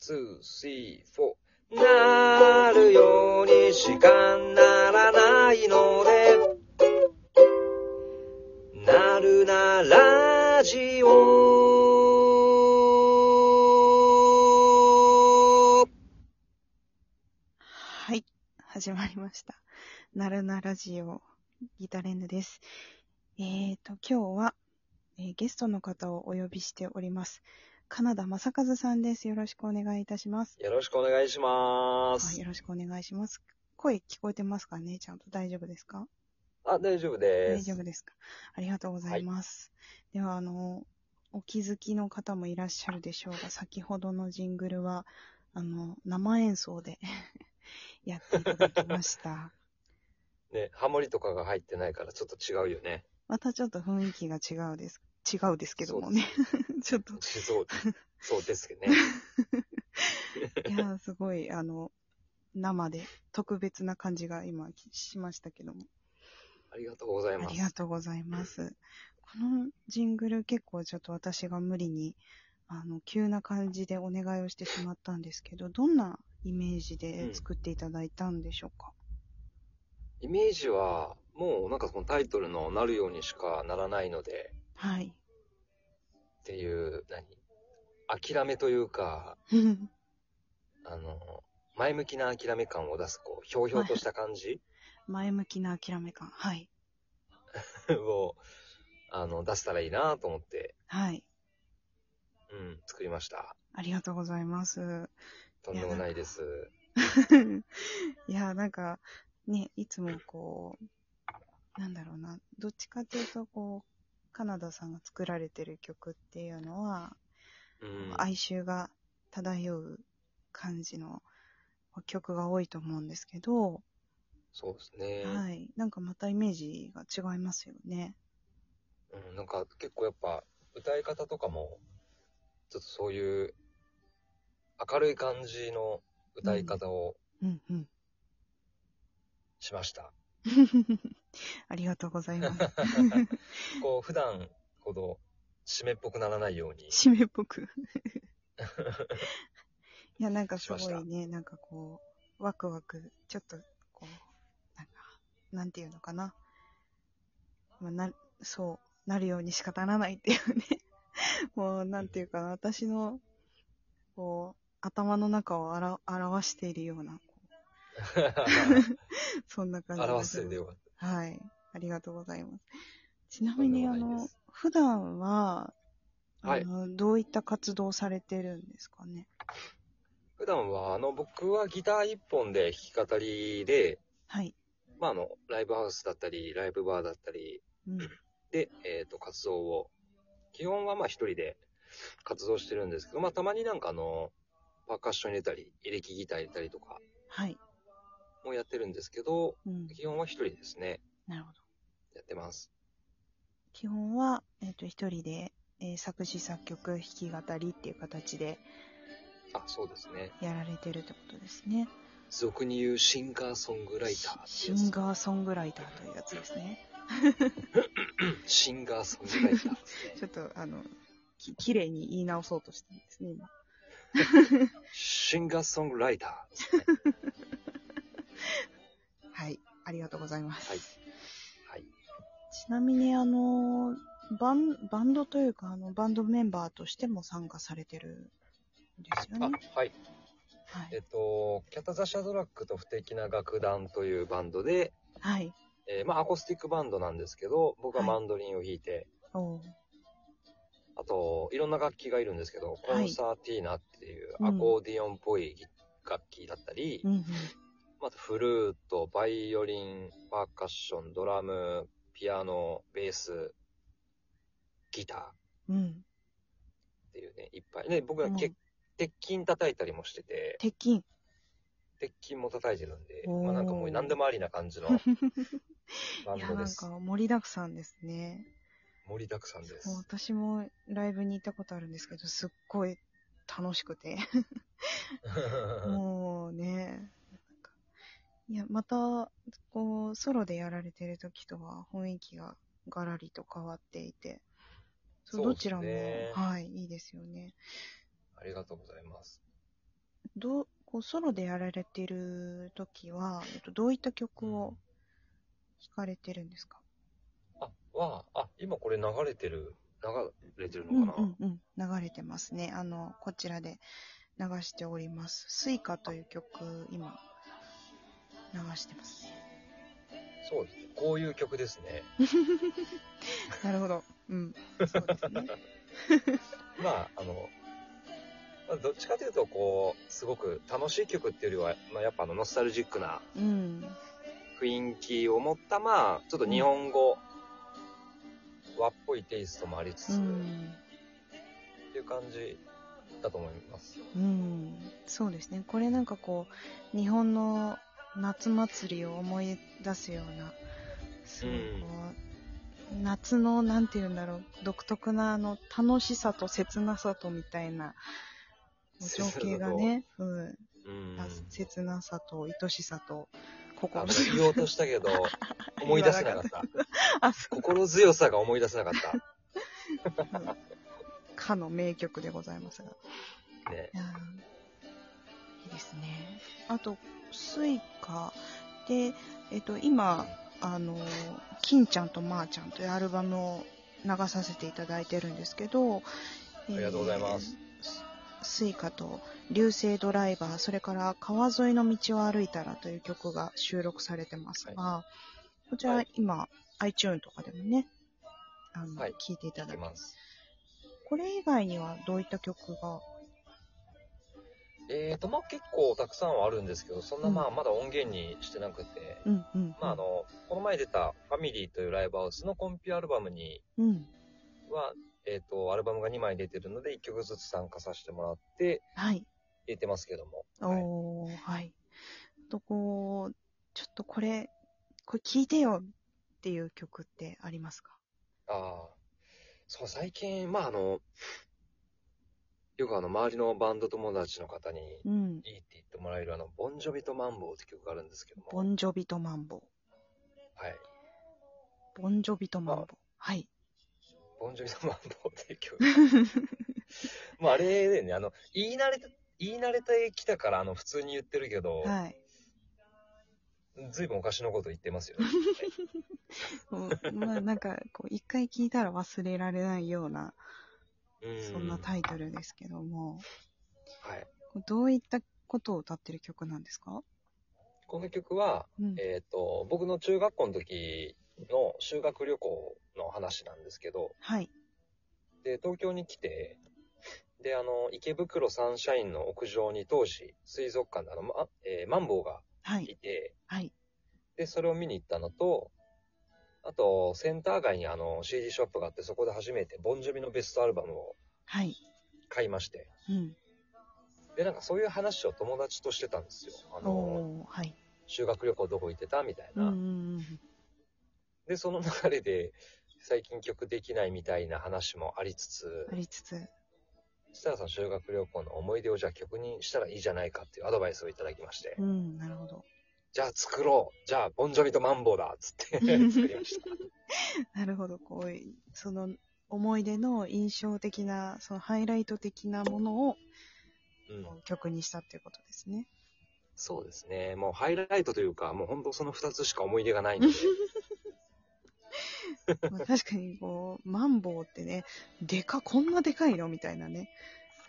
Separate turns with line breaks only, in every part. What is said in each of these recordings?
two, three, four なるようにしかならないのでなるなラジオ
はい。始まりました。なるなラジオ、ギタレンヌです。えーと、今日は、えーゲストの方をお呼びしております。カナダ正和さんです。よろしくお願いいたします。
よろしくお願いしま
はい、
す
よろしくお願いします。声聞こえてますかねちゃんと大丈夫ですか
あ、大丈夫で
大
す
丈夫ですかありがとうございます。では、あの、お気づきの方もいらっしゃるでしょうが、先ほどのジングルは、あの、生演奏で やっていただきました。
ね、ハモリとかが入ってないからちょっと違うよね
またちょっと雰囲気が違うです。違うですけどもね。 ちょっと、
そう、そうですけどね
いやー、すごい、あの、生で特別な感じが今しましたけども。
ありがとうござい
あ
ま
りが
す
とうございます。このジングル結構ちょっと私が無理に、あの、急な感じでお願いをしてしまったんですけど、どんなイメージで作っていただいたんでしょうか、
イメージはもうなんかこのタイトルのなるようにしかならないので
はい。
っていう、何諦めというか、あの、前向きな諦め感を出す、こう、ひょうひょうとした感じ
前向きな諦め感。はい。
を、あの、出せたらいいなと思って、
はい。
うん、作りました。
ありがとうございます。
とんでもないです。
いや、なんか、ね、いつもこう、なんだろうな、どっちかっていうと、こう、カナダさんが作られてる曲っていうのは、
うん。
哀愁が漂う感じの曲が多いと思うんですけど、
そうですね、
はい。なんかまたイメージが違いますよね。
うん。なんか結構やっぱ、歌い方とかも、ちょっとそういう、明るい感じの歌い方を
うんうん。
しました。
ありがとうござ います。
こう、普段ほど、締めっぽくならないよう に。
締めっぽ く。いや、なんかすご
しま
いね、なんかこう、ワクワク、ちょっと、こう、なんか、なんていうのかな。まあ、な、そう、なるように仕方ならないっていうね。 もう、なんていうかな、私の、こう、頭の中をあら表しているような、こうそんな感じ
表せでよかっ
はい。ありがとうございます。ちなみに、
と
あ
んでもないで
の
す、
普段は、
は
あ
い
の、どういった活動をされてるんですかね。
た。普段は、あの、僕はギター一本で弾き語りで、
はい。
まあ、あの、ライブハウスだったり、ライブバーだったり
うん。
で、えっ、と、活動を、基本はまあ一人で活動してるんですけど、まあ、たまになんかあの、パーカッション入れたり、エレキギター入れたりとか
はい。
もやってるんですけど、
うん。
基本は一人ですね、
なるほど。
やってます。
基本は、えっ、と、一人で、えー作詞作曲、弾き語りっていう形で
あ、そうですね。
やられてるってことですね。
俗に言うシンガーソングライターって
シ
や
ン
つ。
ガーソングライターというやつですね。
シンガーソングライターですね。
ちょっと、あの、き、綺麗に言い直そうとしたんですね、今。
シンガーソングライターですね。
はい。ありがとうございます。
はいはい。
ちなみに、あの、バン、バンドというか、あの、バンドメンバーとしても参加されてるんですよね。
あ、はい。
は
え
い。
っと、キャタザシャドラックと不敵な楽団というバンドで、
はい。
えーまあアコースティックバンドなんですけど、僕は
はい
マンドリンを弾いて、
おう
あと、いろんな楽器がいるんですけど、コンサーティーナっていう
うん
アコーディオンっぽい楽器だったり、
うんうん。
またフルート、バイオリン、パーカッション、ドラム、ピアノ、ベース、ギターっ
うん。
ていうね、いっぱい。ね、僕は
うん
け、鉄筋叩いたりもしてて、
鉄筋。
鉄筋も叩いてるんで、
おー
まあなんかもう何でもありな感じ のバ
い
ン
や、
ド
な
で
ん
す
か。盛りだくさんですね。
盛りだくさんです
もう。私もライブに行ったことあるんですけど、すっごい楽しくて。 もうね、なんかいや、また、こう、ソロでやられてる時とは雰囲気がガラリと変わっていて、そ
そ
う
う
ど
です
ち
ね
らも、はい、いいですよね。
ありがとうございます。
どう、こうソロでやられてる時は、えっと、どういった曲を弾かれてるんですか
あ、は、あ、今これ流れてる、流れてる
うんう
のかな、
んうん。流れてますね。あの、こちらで流しております。スイカという曲、今、流して ます。
そうですね。こういう曲ですね。
なるほど。うん。そうですね。
まあ、あの、まあ、どっちかというと、こう、すごく楽しい曲っていうよりは、まあ、やっぱあの、ノスタルジックな
うん。
雰囲気を持った、まあ、ちょっと日本語、和っぽいテイストもありつつ、
う
っ
ん。
ていう感じだと思います。
うん。そうですね。これなんかこう、日本の夏祭りを思い出すような、すごいこう、夏の、なんて言うんだろう、独特なあの、楽しさと切なさとみたいな、情景がね、うん。
うん。
あ切なさと愛しさと
あ
心
の
強
言おうとしたけ ど、思い出せなかった。
あそう
心強さが思い出せなかった。
かの名曲でございますが。
ね
い、やーいいですね。あと、スイカで、えっと、今、あの、金ちゃんとまーちゃんというアルバムを流させていただいてるんですけど、
ありがとうございます
えー。ススイカと流星ドライバー、それから川沿いの道を歩いたらという曲が収録されてますが、こちら今、iTune とかでもね、あの、
はい
聞いていた
い
だ
き
き
ます。
これ以外にはどういった曲が
えーと、まあ、結構たくさんはあるんですけど、そんなまあ、
う
まだ音源にしてなくて、
うんうん。
まあ、あの、この前出たファミリーというライブハウスのコンピュアルバムに
うん。
は、えーと、アルバムが2枚出てるので、1曲ずつ参加させてもらって、
はい。
入れてますけども。はい
おー、はい。とこう、ちょっとこれ、これ聞いてよっていう曲ってありますか
ああ。そう、最近、まあ、あの、よくあの、周りのバンド友達の方に、
うん。
いいって言ってもらえるあの、ボンジョビとマンボウって曲があるんですけども。
ボ
はい。
ンジョビとマンボウ。ボンジョビとマンボウ。はい。
ボンジョビとマンボウっていう曲。 まあ、あれでね、あの、言い慣れて、言い慣れてきたから、あの、普通に言ってるけど、
はい。
ずいぶんおかしなこと言ってますよ ね。
うんまあ なんか、こう、一回聞いたら忘れられないような、
う
そんなタイトルですけども、
はい。
どういったことを歌ってる曲なんですか
この曲は、
うん。
えっ、と、僕の中学校の時の修学旅行の話なんですけど、
はい。
で、東京に来て、で、あの、池袋サンシャインの屋上に当時、水族館であの、まえーマンボウが
はい。
いて、
はい。
で、それを見に行ったのと、あと、センター街にあの、CD ショップがあって、そこで初めて、ボンジョビのベストアルバムを
はい。
買いまして、
うん。
で、なんかそういう話を友達としてたんですよ。あの、
おー、はい。
修学旅行どこ行ってたみたい
うん
な。
うんうん。
で、その流れで、最近曲できないみたいな話もありつつ
あ、りつつ。
設楽さん修学旅行の思い出をじゃあ曲にしたらいいじゃないかっていうアドバイスをいただきまして、
うん、なるほど。
じゃあ作ろうじゃあ、ボンジョビとマンボウだっつ って作りました。
なるほど、こう、その思い出の印象的な、そのハイライト的なものを
うん
曲にしたっていうことです ね。
そうですね。もうハイライトというか、もう本当その2つしか思い出がない ので、
まあ、確かに、こう、マンボウってね、でか、こんなでかいのみたいなね。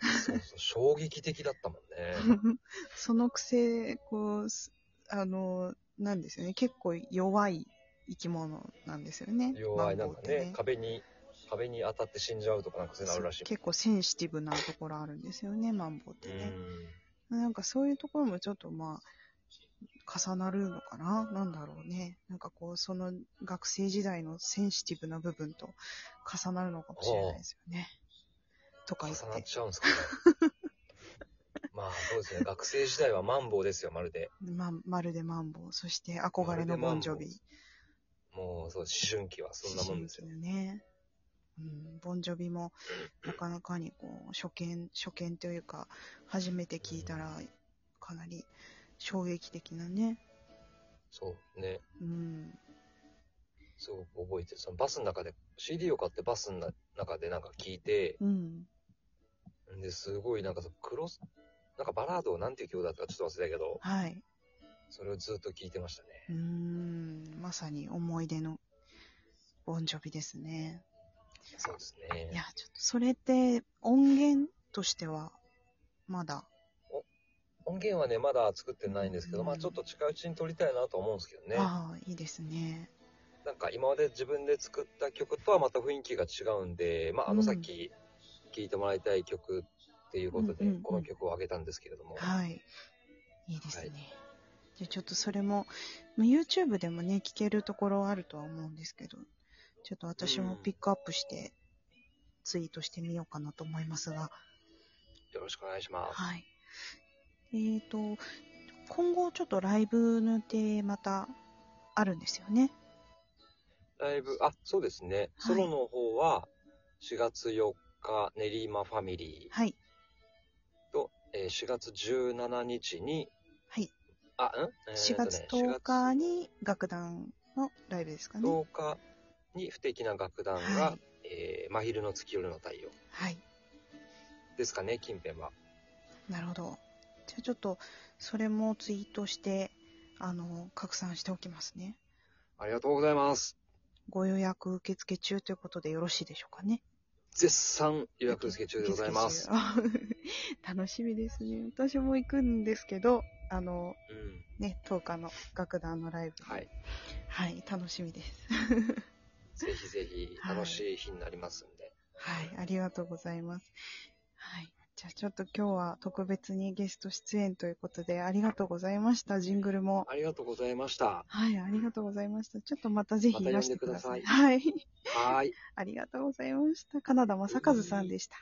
そうそう衝撃的だったもんね。
そのくせ、こう、すあの、なんですよね、結構弱い生き物なんですよね。
弱い、
マ
な
ン
ん
ボ
か
ウって
ね、壁に、壁に当たって死んじゃうとかなんかそういうのあるらしい。
結構センシティブなところあるんですよね、マンボウって
う
ね。
ん。
なんかそういうところもちょっとまあ、重なるのかななんだろうね。なんかこう、その学生時代のセンシティブな部分と重なるのかもしれないですよね。とか言っ。
重なってちゃうんですかね。まあ、そうですね。学生時代はマンボウですよ、まるで。
ま、まるでマンボウ。そして憧れのボンジョビ。
もう、そう、思春期はそんなもんですよ。
思春期だね。うん、ボンジョビも、なかなかにこう、初見、初見というか、初めて聞いたら、かなり衝撃的なね。
そうね。
うん。
すごく覚えてる。そのバスの中で、CD を買ってバスの中でなんか聞いて、
うん。
で、すごいなんかその黒、なんかバラードをなんていう曲だったかちょっと忘れたけど、
はい。
それをずっと聴いてましたね。
うーん、まさに思い出のボンジョビですね。
そうです
い
ね。
や、ちょっとそれって音源としては、まだ。
音源はね、まだ作ってないんですけど、まあ
うん
ちょっと近いうちに撮りたいなと思うんですけどね。
ああ、いいですね。
なんか今まで自分で作った曲とはまた雰囲気が違うんで、まああの
うん
さっき聴いてもらいたい曲っていうことで
うんうんうん、
この曲をあげたんですけれども。
はい。いいです
は
ね。じゃあちょっとそれも、まあ YouTube でもね、聞けるところはあるとは思うんですけど、ちょっと私もピックアップして、ツイートしてみようかなと思いますが、
よろしくお願いします。
はい。えっ、と、今後ちょっとライブの予定またあるんですよね。
ライブ、あ、そうですね。ソロの方は4月4日、練馬ファミリー
はい。
と、えー4月17日に、
はい。
あ、ん、えー
4
とね
月10日に楽団のライブですかね。
10日に不敵な楽団が、
はい
えー真昼の月夜の太陽
はい。
ですかね、近辺は。
なるほど。じゃあちょっと、それもツイートして、あの、拡散しておきますね。
ありがとうございます。
ご予約受付中ということでよろしいでしょうかね。
絶賛予約付け中でございます。
受付中。 楽しみですね。私も行くんですけど、あの、
うん。
ね、10日の楽団のライブ。
はい。
はい、楽しみです。
ぜひぜひ
はい
楽しい日になりますんで。
はい、ありがとうございます。はい。じゃあちょっと今日は特別にゲスト出演ということでありがとうございました。ジングルも。
ありがとうございました。
はい、ありがとうございました。ちょっとまたぜひいらしてください。
ま
はい。
はーい。
ありがとうございました。カナダ正和さんでした。